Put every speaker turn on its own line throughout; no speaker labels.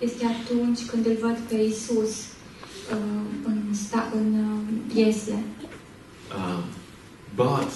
este atunci când îl văd pe Isus uh, în, sta, în uh, piese.
Um, but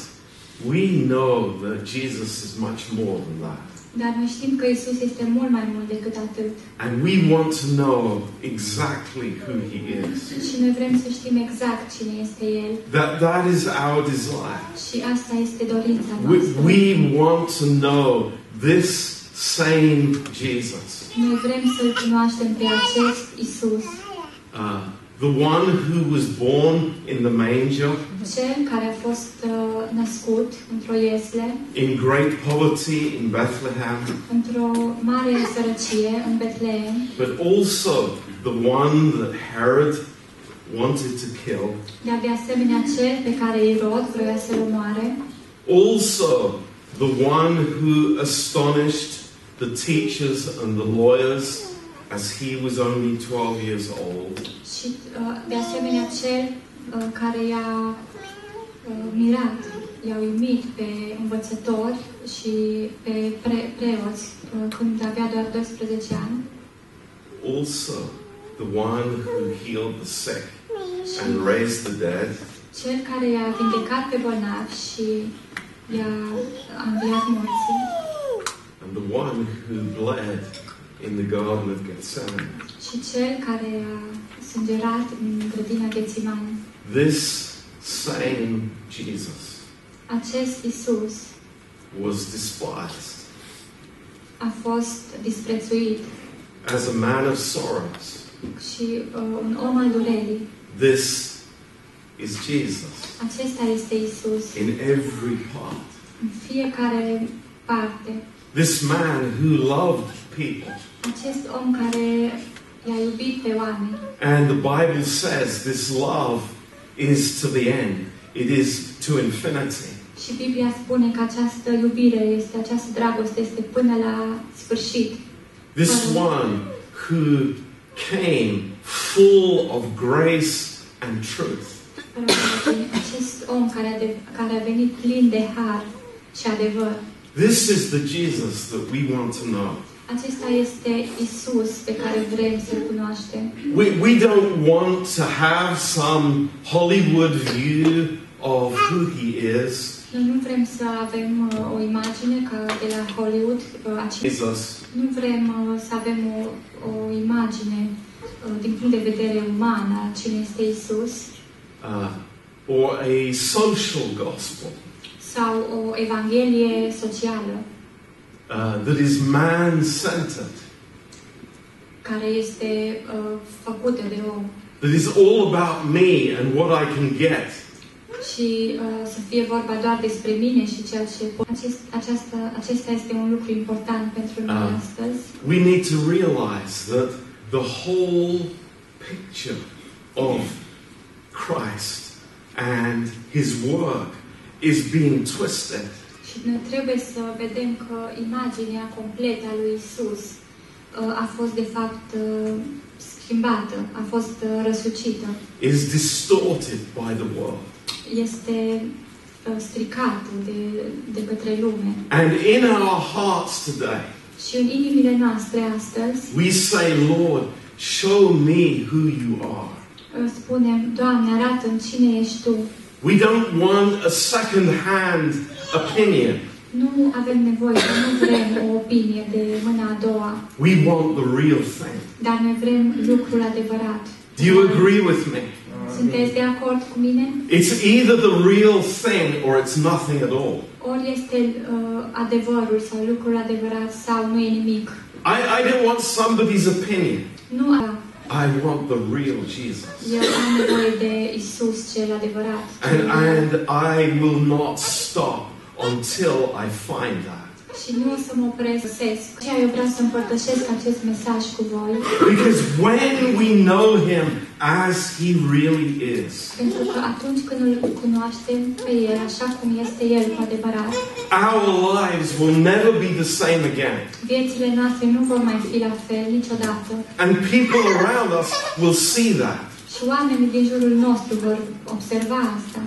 we know that Jesus is much more than that.
Dar noi știm că Isus este mult mai mult decât atât
And we want to know exactly who he is.
și noi vrem să știm exact cine este El
That, that is our desire.
și asta este dorința
We,
noastră.
we want to know this same Jesus,
Noi vrem să-L cunoaștem pe acest Isus,
uh, the one who was born in the manger
Cel care a fost uh, născut într-o iesle,
in great poverty in Bethlehem,
într-o mare sărăcie în Betleem,
but also the one that Herod wanted to kill,
dar de asemenea Cel pe care Irod vrea să-L omoare,
also the one who astonished the teachers and the lawyers as he was only 12 years old.
Și uh, de asemenea cel uh, care i-a uh, mirat, i-a uimit pe învățători și pe pre- preoți uh, când avea doar 12 ani
also the one who healed the sick and
și
raised the dead,
cel care i-a vindecat pe bolnavi și i-a a înviat morții
and the one who bled in the Garden of Gethsemane.
și cel care a sângerat în grădina Ghețimani.
This same Jesus
Acest Isus
was despised
a fost disprețuit
as a man of sorrows.
și uh, un om al durerii.
This is Jesus
Acesta este Isus.
in every part.
în fiecare parte.
This man who loved people.
Acest om care i-a iubit pe oameni
And the Bible says this love is to the end, it is to infinity.
și Biblia spune că această iubire este, această dragoste este până la sfârșit.
This one who came full of grace and truth.
Fără părere. Acest om care a, de, care a venit plin de har și adevăr.
This is the Jesus that we want to know.
Acesta este Isus pe care vrem să-L cunoaștem.
We, we don't want to have some Hollywood view of who he is.
Noi nu vrem să avem uh, o imagine ca de la Hollywood. Uh, acest-
Jesus.
Nu vrem uh, să avem o, o imagine uh, din punct de vedere uman a cine este Isus
Uh, or a social gospel
sau o evanghelie socială
uh, that is man centered,
care este uh, făcută de om
that is all about me and what I can get.
și uh, să fie vorba doar despre mine și ceea ce pot. Acest, aceasta, acesta este un lucru important pentru noi
Ah.
astăzi.
We need to realize that the whole picture of Christ and his work is being twisted.
Și noi trebuie să vedem că imaginea completă a lui Isus uh, a fost de fapt uh, schimbată, a fost uh, răsucită.
Is distorted by the world.
este uh, stricat de, de către lume.
And in our hearts today,
Și în inimile noastre astăzi
we say, Lord, show me who you are.
uh, spunem, Doamne, arată în cine ești Tu.
We don't want a second hand opinion.
Nu avem nevoie, nu vrem o opinie de mâna a doua,
We want the real thing.
dar noi vrem lucrul adevărat.
Do you agree with me?
Sunteți de acord cu mine?
It's either the real thing or it's nothing at all.
Ori este uh, adevărul sau lucrul adevărat sau nu e nimic.
I, I don't want somebody's opinion.
Nu a-
I want the real Jesus.
eu am nevoie de Isus cel adevărat.
And, and I will not stop until I find that.
Și nu o să mă opresc. Ceea eu vreau să împărtășesc acest mesaj cu voi,
Because when we know him as he really is,
pentru că atunci când îl cunoaștem pe El, așa cum este El cu adevărat,
our lives will never be the same again.
viețile noastre nu vor mai fi la fel niciodată.
And people around us will see that.
Și oamenii din jurul nostru vor observa asta.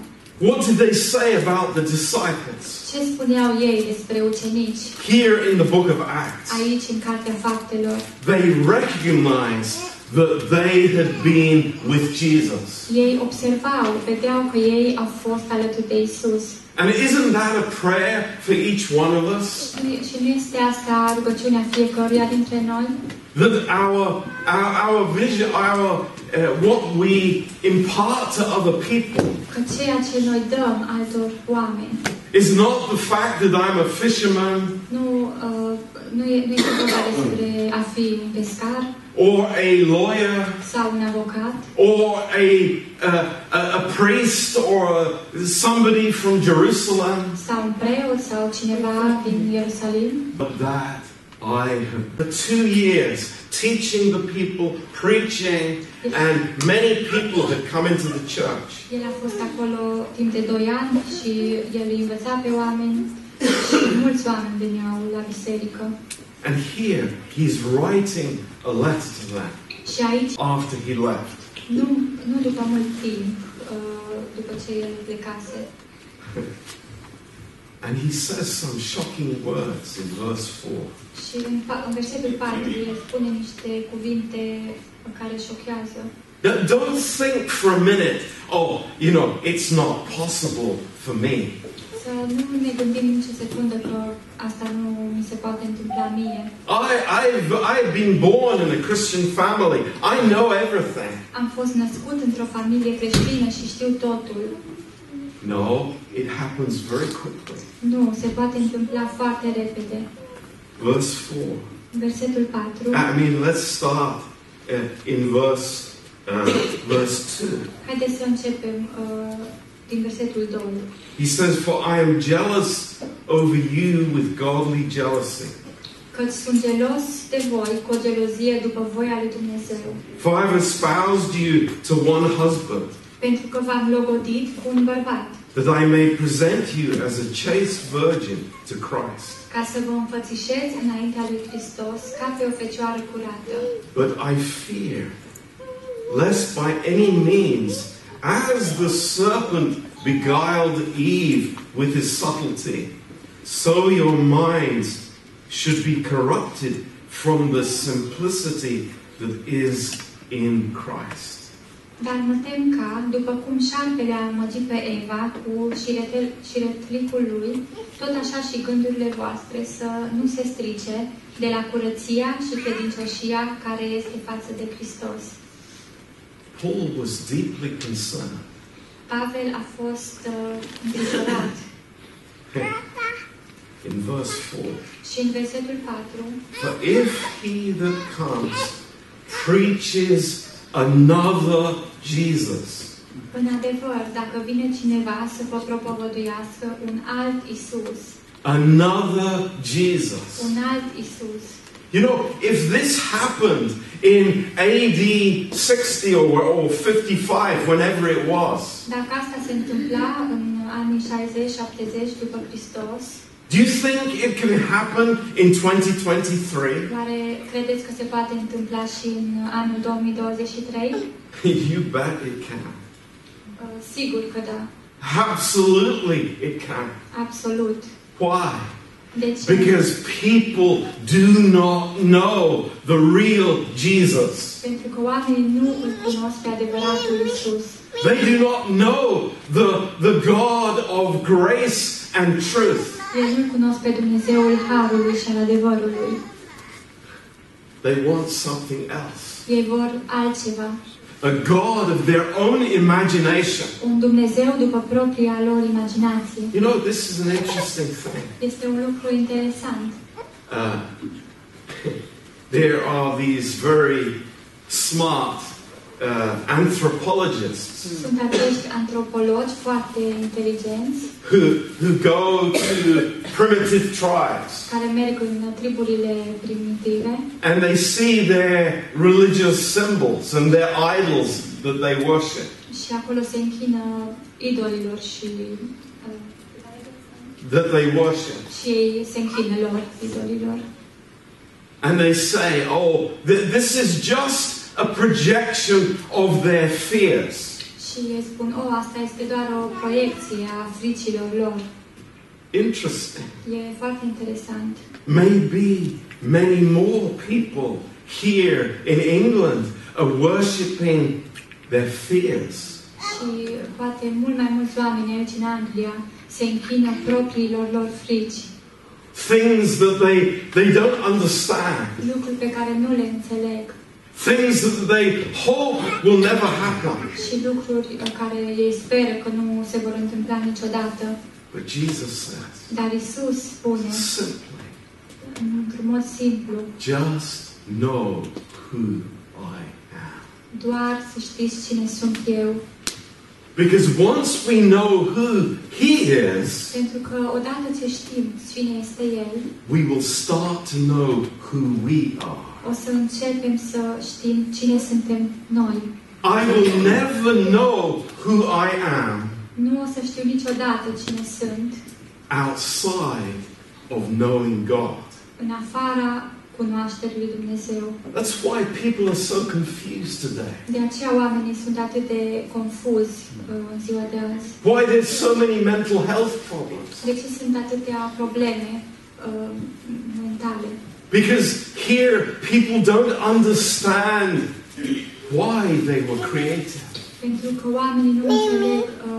What did they say about the disciples
Ce spuneau ei despre ucenici?
here in the book of Acts?
Aici, în Cartea Faptelor,
They recognized that they had been with Jesus.
ei observau, vedeau că ei au fost alături de Isus.
And isn't that a prayer for each one of us?
Și, și nu este asta rugăciunea fiecăruia dintre noi?
That our, our, our vision, our, uh, what we impart to other people
Că ceea ce noi dăm altor oameni
is not the fact that I'm a fisherman
nu, uh, nu, e, nu este vorba despre a fi un pescar
or a lawyer
sau un avocat
or a, uh, a, a priest or a, somebody from Jerusalem,
sau un preot sau cineva din Ierusalim,
but that I have for two years teaching the people, preaching, and many people had come into the church.
El a fost acolo timp de 2 ani și el îi învăța pe oameni și mulți oameni veneau la biserică.
And here he's writing a letter to them
Și aici,
after he left.
nu, nu după mult timp, uh, după ce el plecase,
And he says some shocking words in verse 4.
și în, pa- în versetul 4 el spune niște cuvinte care șochează.
Now, Don't think for a minute, oh, you know, it's not possible for me.
Să nu ne gândim nicio secundă că asta nu mi se poate întâmpla mie.
I, I've, I've been born in a Christian family. I know everything.
Am fost născut într-o familie creștină și știu totul.
No, it happens very quickly.
Nu, se poate întâmpla foarte repede.
Verse 4.
Versetul 4.
I mean, let's start uh, in verse, uh, verse 2.
Haideți să începem uh, din versetul 2.
He says, For I am jealous over you with godly jealousy.
Căci sunt gelos de voi cu o gelozie după voia lui Dumnezeu,
For I have espoused you to one husband,
pentru că v-am logodit cu un bărbat,
that I may present you as a chaste virgin to Christ.
ca să vă înfățișez înaintea lui Hristos ca pe o fecioară curată.
But I fear, lest by any means, as the serpent beguiled Eve with his subtlety, so your minds should be corrupted from the simplicity that is in Christ.
Dar mă tem ca, după cum șarpele a amăgit pe Eva cu șiretel- șiretlicul lui, tot așa și gândurile voastre să nu se strice de la curăția și credincioșia care este față de Hristos.
Paul was deeply concerned.
Pavel a fost uh, îngrijorat
In verse 4,
și în versetul 4,
For if he that comes preaches another Jesus,
în adevăr, dacă vine cineva să vă propovăduiască un alt Isus,
Another Jesus.
un alt Isus,
You know, if this happened in AD 60 or, or 55, whenever it was,
dacă asta se întâmpla în anii 60-70 după Hristos,
do you think it can happen in 2023?
oare credeți că se poate întâmpla și în anul 2023? Uh,
you bet it can.
sigur că da,
Absolutely it can.
absolut. Deci,
Why?
De ce?
Because people do not know the real Jesus.
Pentru că oamenii nu îl cunosc pe adevăratul Isus.
They do not know the, the God of grace and truth.
Ei nu cunosc pe Dumnezeul Harului și al adevărului.
They want something else.
Ei vor altceva.
a God of their own imagination.
Un Dumnezeu după propria lor imaginație.
You know, this is an interesting thing.
Este un lucru interesant.
Uh, there are these very smart uh, anthropologists
Sunt acești antropologi foarte inteligenți
who, who go to primitive tribes
care merg în triburile primitive
and they see their religious symbols and their idols that they worship.
și acolo se închină idolilor și uh,
That they worship.
și ei se închină lor, idolilor.
And they say, oh, th- this is just a projection of their fears.
și ei spun, o, asta este doar o proiecție a fricilor lor.
Interesting.
E foarte interesant.
Maybe many more people here in England are worshipping their fears.
Și poate mult mai mulți oameni aici în Anglia se închină propriilor lor frici,
Things that they, they don't understand.
lucruri pe care nu le înțeleg
Things that they hope will never happen.
și lucruri uh, care ei speră că nu se vor întâmpla niciodată.
But Jesus says,
Dar Isus spune,
simply,
într-un mod simplu,
just know who I am.
doar să știți cine sunt eu.
Because once we know who He is,
Pentru că odată ce știm cine este El,
we will start to know who we are.
o să începem să știm cine suntem noi.
I will never know who I am
Nu o să știu niciodată cine sunt
outside of knowing God.
în afara cunoașterii lui Dumnezeu.
That's why people are so confused today.
De aceea oamenii sunt atât de confuzi uh, în ziua de azi.
Why there's so many mental health problems.
De ce sunt atâtea probleme uh, mentale?
Because here people don't understand why they were created.
Pentru că oamenii nu înțeleg uh,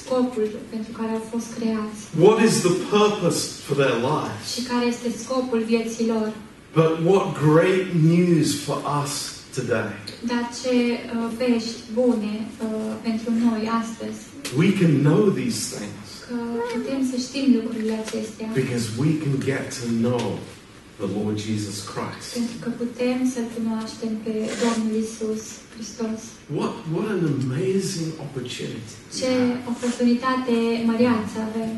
scopul pentru care au fost creați
What is the purpose for their life?
și care este scopul vieții lor.
But what great news for us today.
Dar ce uh, vești bune uh, pentru noi astăzi,
We can know these things
că putem să știm lucrurile acestea,
because we can get to know the Lord Jesus Christ.
pentru că putem să-L cunoaștem pe Domnul Isus Hristos.
What, what an amazing opportunity.
Ce oportunitate măreață avem!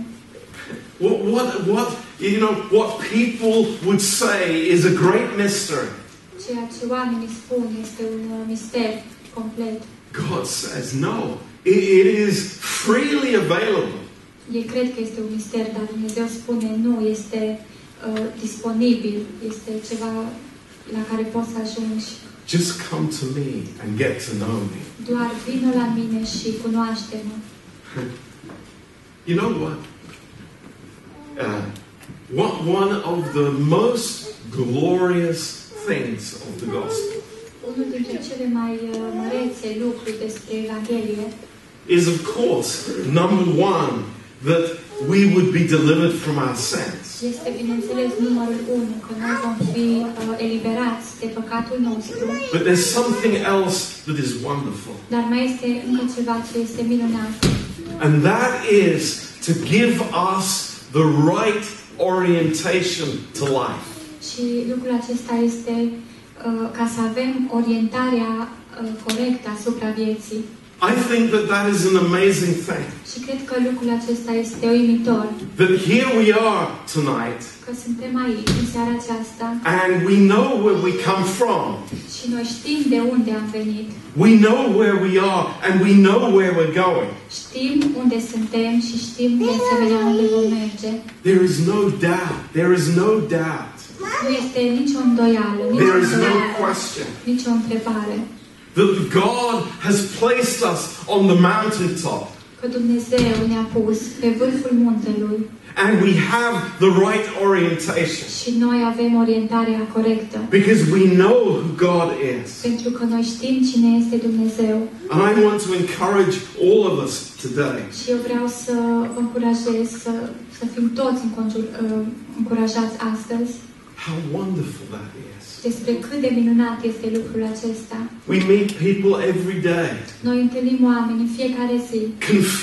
What, what, what, you know, what people would say is a great mystery.
Ceea ce oamenii spun este un uh, mister complet.
God says, no, it, it is freely available.
Ei cred că este un mister, dar Dumnezeu spune nu, este uh, disponibil, este ceva la care poți să ajungi.
Just come to me and get to know me.
Doar vină la mine și cunoaște-mă.
You know what? Uh, what one of the most glorious things of the gospel
Unul dintre cele mai uh, mărețe lucruri despre Evanghelie
is, of course, number one, that we would be delivered from our sins.
este, bineînțeles, numărul 1, că noi vom fi uh, eliberați de păcatul nostru,
But there's something else that is wonderful,
dar mai este încă ceva ce este minunat.
and that is to give us the right orientation to life.
Și lucrul acesta este uh, ca să avem orientarea uh, corectă asupra vieții.
I think that that is an amazing thing.
Și cred că lucrul acesta este uimitor,
That here we are tonight,
că suntem aici în seara aceasta
and we know where we come from.
și noi știm de unde am venit,
We know where we are and we know where we're going.
știm unde suntem și știm de asemenea unde vom merge.
There is no doubt. There is no doubt.
Nu este nicio îndoială, nicio
There is no
îndoială,
question
nicio întrebare.
that God has placed us on the mountaintop
Că Dumnezeu ne-a pus pe vârful muntelui
and we have the right orientation
și noi avem orientarea corectă.
because we know who God is.
Pentru că noi știm cine este Dumnezeu.
And I want to encourage all of us today
Și eu vreau să vă încurajez să, să fim toți înconjur, uh, încurajați astăzi
how wonderful that is.
despre cât de minunat este lucrul acesta.
We meet people every day
Noi întâlnim oameni în fiecare zi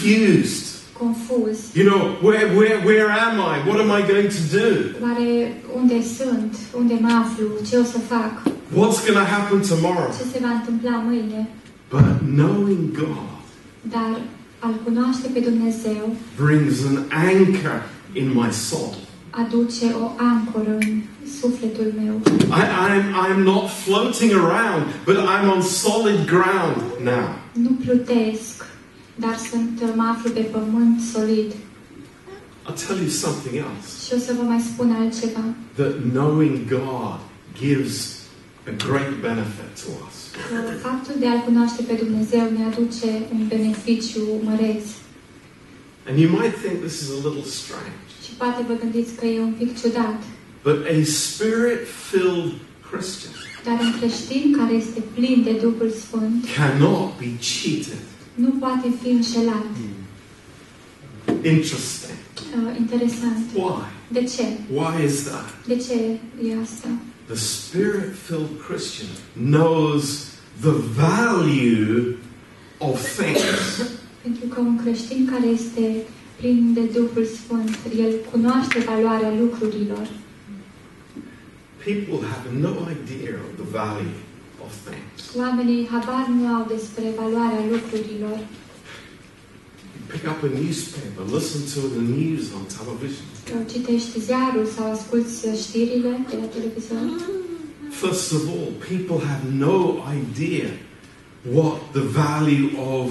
confused.
confuzi.
You know, where, where, where am I? What am I going to do?
Oare unde sunt? Unde mă aflu? Ce o să fac?
What's going to happen tomorrow?
Ce se va întâmpla mâine?
But knowing God
Dar al cunoaște pe Dumnezeu
brings an anchor in my soul.
aduce o ancoră în sufletul meu.
I, I'm, I'm not floating around, but I'm on solid ground now.
Nu plutesc, dar sunt, mă aflu pe pământ solid.
I'll tell you something else
Și o să vă mai spun altceva.
that knowing God gives a great benefit to us.
Uh, Faptul de a-L cunoaște pe Dumnezeu ne aduce un beneficiu măreț.
And you might think this is a little strange,
Și poate vă gândiți că e un pic ciudat,
but a spirit filled Christian
dar un creștin care este plin de Duhul Sfânt
cannot be cheated.
nu poate fi înșelat.
Interesting.
Uh, interesant.
Why?
De ce?
Why is that?
De ce e asta?
The spirit filled Christian knows the value of things.
Pentru că un creștin care este plin de Duhul Sfânt, el cunoaște valoarea lucrurilor.
People have no idea of the value of things.
Oamenii habar nu au despre valoarea lucrurilor.
You pick up a newspaper, listen to the news on television.
Uh, Citești ziarul sau asculți uh, știrile de la televizor.
First of all, people have no idea what the value of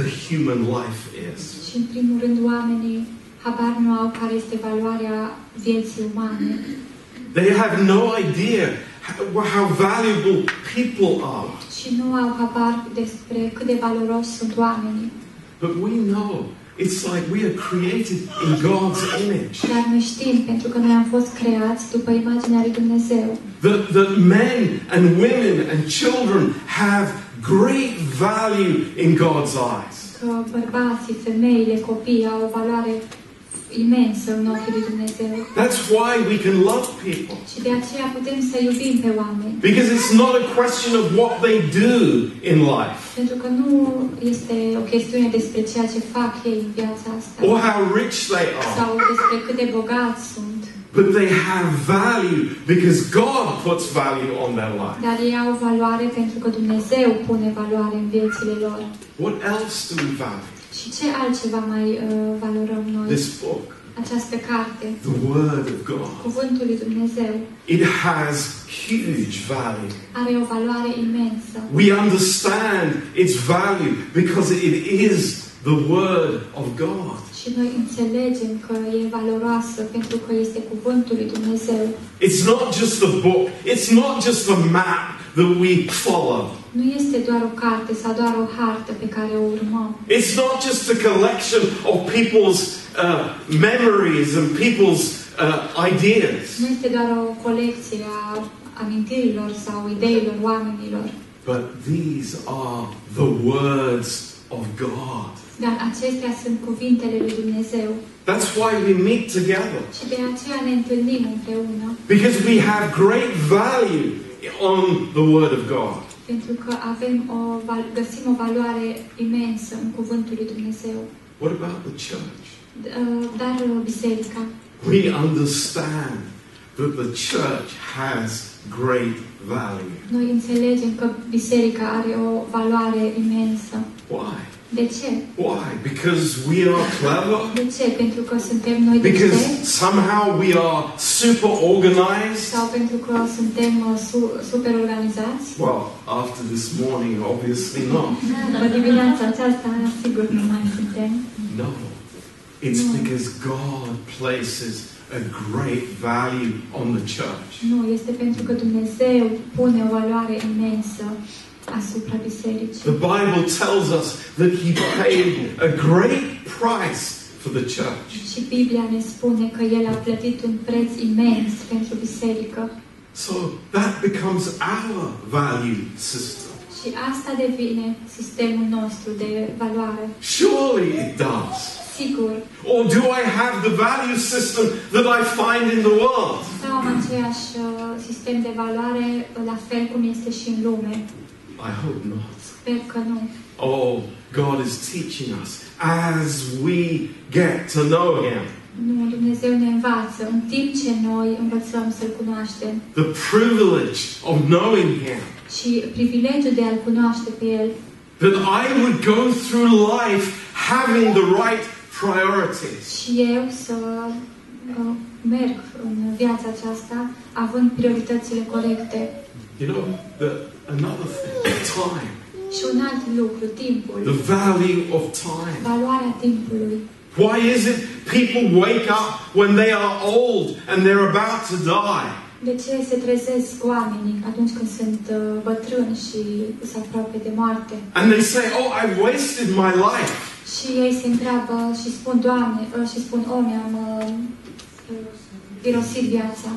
the human life is.
Și în primul rând oamenii habar nu au care este valoarea vieții umane.
They have no idea how, how valuable people are.
Și nu au habar despre cât de valoroși sunt oamenii.
But we know it's like we are created in God's image.
Dar noi știm, pentru că noi am fost creați după imaginea lui Dumnezeu,
That, that men and women and children have great value in God's eyes.
că bărbații, femeile, copiii au o valoare imensă în ochii lui Dumnezeu.
That's why we can love people.
Și de aceea putem să iubim pe oameni.
Because it's not a question of what they do in life
Pentru că nu este o chestiune despre ceea ce fac ei în viața
or
asta
how rich they are,
sau despre cât de bogați sunt,
but they have value because God puts value on their life.
dar ei au valoare pentru că Dumnezeu pune valoare în viețile lor.
What else do we value?
Și ce altceva mai uh, valorăm noi?
This book,
Această carte,
the Word of God,
Cuvântul lui Dumnezeu,
it has huge value.
are o valoare imensă.
We understand its value because it is the Word of God.
Și noi înțelegem că e valoroasă pentru că este cuvântul lui Dumnezeu.
It's not just the book, it's not just the map that we follow,
Nu este doar o carte sau doar o hartă pe care o urmăm.
it's not just a collection of people's uh, memories and people's uh,
Nu
ideas,
este doar o colecție a amintirilor sau ideilor oamenilor.
but these are the words of God.
Dar acestea sunt cuvintele lui Dumnezeu.
That's why we meet together,
Și de aceea ne întâlnim împreună.
because we have great value on the Word of God.
Pentru că avem o, val- găsim o valoare imensă în cuvântul lui Dumnezeu.
What about the church?
D- uh, Dar uh, biserica
We understand that the church has great value.
Noi înțelegem că biserica are o valoare imensă.
Why?
De ce?
Why? Because we are clever?
De ce? Pentru că suntem noi deștepți?
Because somehow we are super organized?
Sau pentru că suntem uh, su- super organizați?
Well, after this morning, obviously not.
După dimineața aceasta, sigur nu mai suntem.
No. It's because God places a great value on the church.
Nu, este pentru că Dumnezeu pune o valoare imensă asupra bisericii.
The Bible tells us that He paid a great price for the church.
Și Biblia ne spune că El a plătit un preț imens pentru biserică.
So that becomes our value system.
Și asta devine sistemul nostru de valoare.
Surely it does.
Sigur,
Or do I have the value system that I find in the world?
Sau am aceeași uh, sistem de valoare, uh, la fel cum este și în lume.
I hope not.
Sper că nu.
Oh, God is teaching us as we get to know Him.
Nu, Dumnezeu ne învață în timp ce noi învățăm să-L cunoaștem
The privilege of knowing Him.
și privilegiul de a-L cunoaște pe El,
That I would go through life having the right priorities.
și eu să uh, merg în viața aceasta având prioritățile corecte.
You know, the, another thing, time.
Și un alt lucru,
The
timpul,
value of time.
valoarea timpului.
Why is it people wake up when they are old and they're about to die?
De ce se trezesc oamenii atunci când sunt uh, bătrâni și se apropie de moarte?
And they say, Oh, I've wasted my life.
Și ei se întreabă și spun, Doamne, uh, și spun, O, mi-am uh, uh, irosit viața.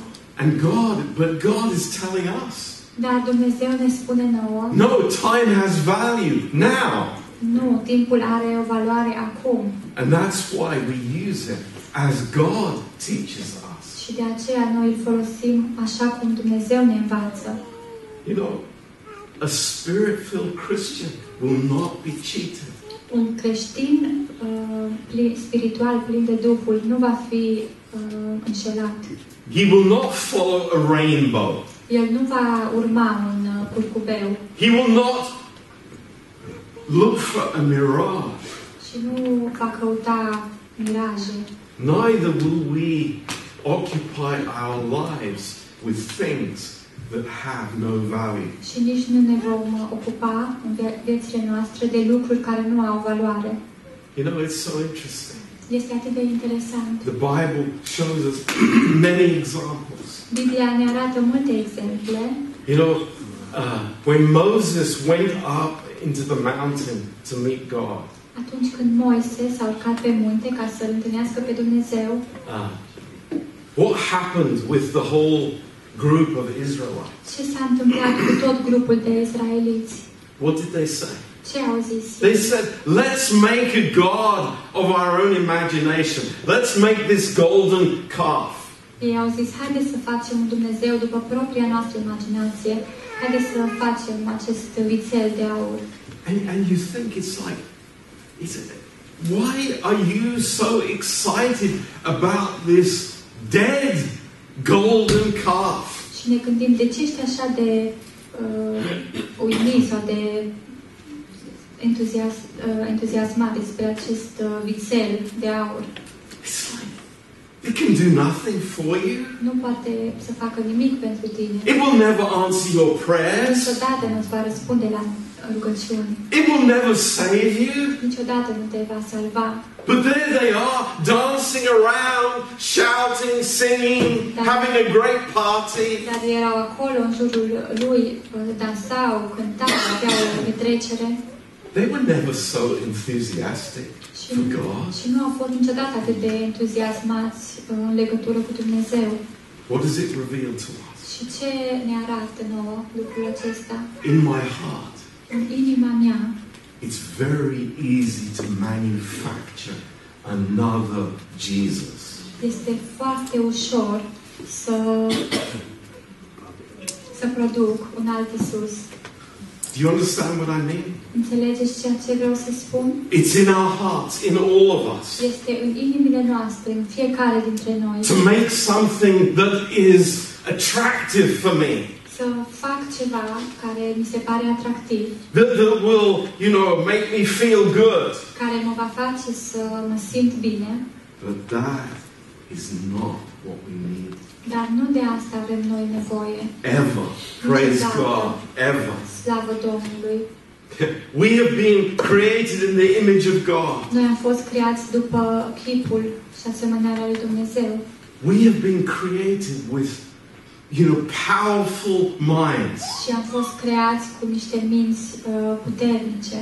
And God, but God is telling us,
Dar Dumnezeu ne spune nouă,
No, time has value now.
nu, timpul are o valoare acum.
And that's why we use it as God teaches us.
Și de aceea noi îl folosim așa cum Dumnezeu ne învață.
You know, a spirit filled Christian will not be cheated.
Un creștin uh, plin, spiritual, plin de Duhul, nu va fi uh, înșelat.
He will not follow a rainbow.
El nu va urma un uh, curcubeu
He will not look for a mirage.
și nu va căuta miraje.
Neither will we occupy our lives with things that have no value.
Și nici nu ne vom uh, ocupa în vie- viețile noastre de lucruri care nu au valoare.
You know, it's so interesting.
Este atât de interesant.
The Bible shows us many examples.
Biblia ne arată multe exemple
You know, uh, when Moses went up into the mountain to meet God,
atunci când Moise s-a urcat pe munte ca să-L întâlnească pe Dumnezeu,
uh, what happened with the whole group of Israelites?
ce s-a întâmplat cu tot grupul de israeliți?
What did they say?
Ce au zis?
They said, let's make a god of our own imagination. Let's make this golden calf.
Ei au zis, haideți să facem un Dumnezeu după propria noastră imaginație, haideți să facem acest vițel de aur.
And, and you think it's like, it's, why are you so excited about this dead golden calf?
Și ne gândim, de ce ești așa de uh, uimit sau de entuzias, uh, entuziasmat despre acest uh, vițel de aur?
It's like, it can do nothing for you.
Nu poate să facă nimic pentru tine.
It will never answer your prayers.
Niciodată nu-ți va răspunde la rugăciuni.
It will never save you.
Niciodată nu te va salva.
But there they are, dancing around, shouting, singing, having a great party.
Dar erau acolo, în jurul lui, dansau, cântau, aveau o petrecere
They were never so enthusiastic
și,
for God.
și nu au fost niciodată atât de entuziasmați uh, în legătură cu Dumnezeu.
What does it reveal to us?
Și ce ne arată nouă lucrul acesta?
In my heart,
În inima mea
it's very easy to manufacture another Jesus.
este foarte ușor să, să produc un alt Isus.
Do you understand what I mean?
Înțelegeți ceea ce vreau să spun?
It's in our hearts, in all of us,
este în inimile noastre, în fiecare dintre noi,
to make something that is attractive for me,
să fac ceva care mi se pare atractiv,
that, that will, you know, make me feel good.
care mă va face să mă simt bine,
But that is not what we need.
dar nu de asta avem noi nevoie.
Ever. Praise
Exactly.
God. Ever.
Slavă Domnului!
We have been created in the image of God.
Noi am fost creați după chipul și asemănarea lui Dumnezeu.
We have been created with, you know, powerful minds.
Și am fost creați cu niște minți uh, puternice.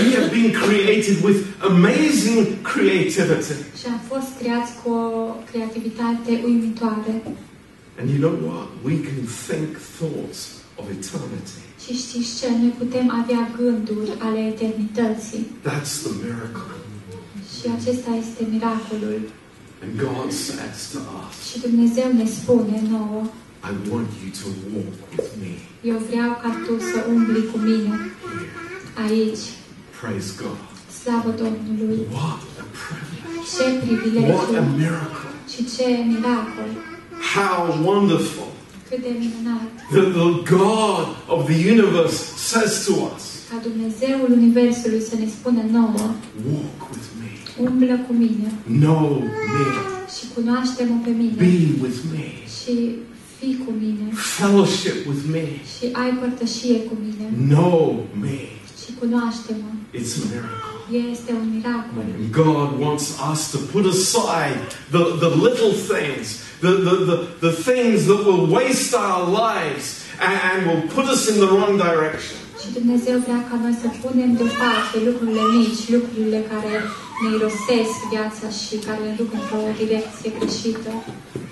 We have been created with amazing creativity.
Și am fost creați cu o creativitate uimitoare.
And you know what? We can think thoughts of eternity.
Și știți ce? Noi putem avea gânduri ale eternității.
That's the miracle.
Și acesta este miracolul.
And God says to us,
Și Dumnezeu ne spune nouă,
I want you to walk with me
eu vreau ca tu să umbli cu mine
here.
aici.
Praise God.
Slavă Domnului!
What a privilege.
Ce
What a
privilegiu
miracle.
și ce miracol!
How wonderful
Cât de minunat!
that the God of the universe says to us,
Ca Dumnezeul Universului să ne spună nouă,
Walk with me,
umblă cu mine
know me,
și cunoaște-mă pe mine
be with me,
și fii cu mine
fellowship with me,
și ai părtășie cu mine
know me.
și cunoaște-mă.
It's a miracle.
Este un miracol.
And God wants us to put aside the, the little things, the, the, the, the things that will waste our lives and, and will put us in the wrong direction.
Și Dumnezeu vrea ca noi să punem deoparte lucrurile mici, lucrurile care ne irosesc viața și care ne duc într-o direcție greșită.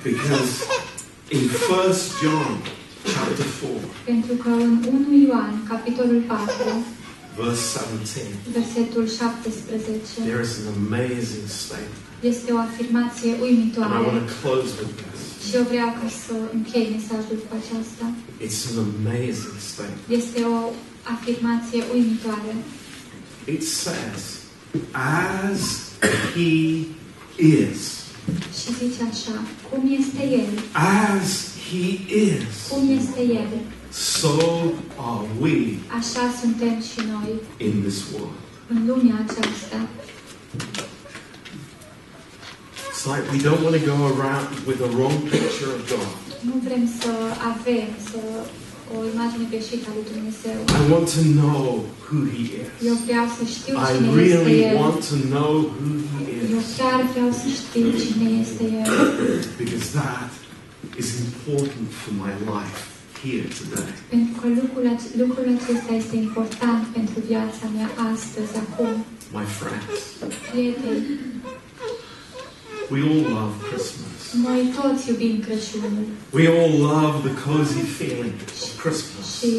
Because in 1 John chapter 4,
Pentru că în 1 Ioan, capitolul 4,
verse 17,
versetul 17,
there is an amazing statement.
este o afirmație
And I
uimitoare
want to close with this.
și eu vreau ca să închei mesajul cu aceasta.
It's an amazing statement.
Este o afirmație uimitoare.
It says, as he is,
Și zice așa, cum este El,
as he is,
cum este El,
so are we
așa suntem și noi
in this world.
în lumea aceasta.
It's like we don't want to go around with a wrong picture of God.
Nu vrem să avem să, o imagine greșită a lui Dumnezeu.
I want to know who he
Eu
is.
vreau să știu
I
cine este
really
El.
want to know who he
Eu
is
chiar vreau să știu cine este El.
because that is important for my life here today.
Pentru că lucrul, ac- lucrul acesta este important pentru viața mea astăzi, acum.
My friends,
Prieteni,
we all love Christmas.
noi toți iubim Crăciunul
We all love the cozy feeling of Christmas.
și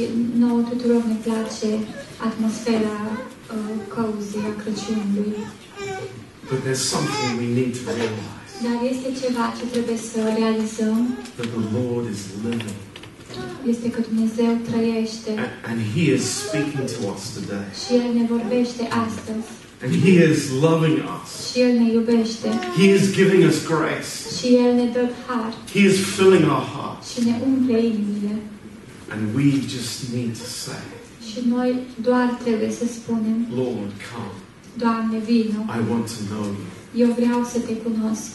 nouă tuturor ne place atmosfera uh, cozy a Crăciunului.
But there's something we need to realize
Dar este ceva ce trebuie să realizăm,
that the Lord is living
este că Dumnezeu trăiește
and, and he is speaking to us today.
Și El ne vorbește astăzi.
And he is loving us.
Și El ne iubește.
He is giving us grace.
Și El ne dă har.
He is filling our hearts.
Și ne umple inimile.
And we just need to say,
Și noi doar trebuie să spunem,
Lord, come.
Doamne, vino.
I want to know you.
Eu vreau să te cunosc.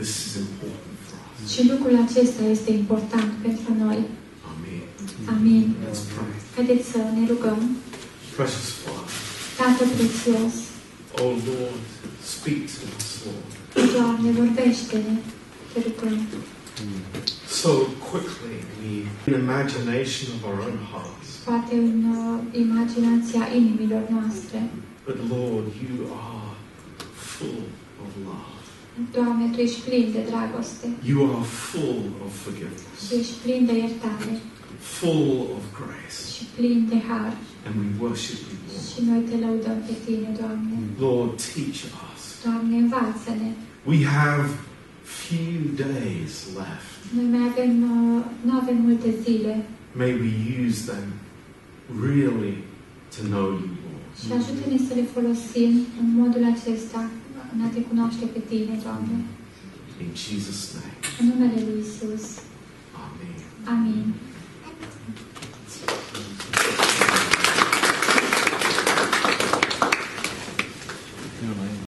This is important for us.
Și lucrul acesta este important pentru noi.
Amen.
Amin.
Let's pray.
Haideți să ne rugăm.
Precious Father,
Tată prețios,
oh Lord, speak to us, Lord.
Doamne, vorbește-ne. Te rugăm.
So quickly, we, in imagination of our own hearts,
Poate în uh, imaginația inimilor noastre.
but Lord, you are full of love.
Doamne, Tu ești plin de dragoste.
You are full of
Tu
forgiveness,
ești plin de iertare.
full of grace,
și plin de har
and we worship you,
și noi te lăudăm pe tine, Doamne.
Lord. Lord, teach us.
Doamne, învață-ne.
We have few days left.
Noi mai avem, uh, nu avem multe zile
May we use them really to know you,
și
Lord.
ajută-ne să le folosim în modul acesta în a te cunoaște pe tine, Doamne.
In Jesus' name,
În numele Lui Isus.
Amen.
Amin.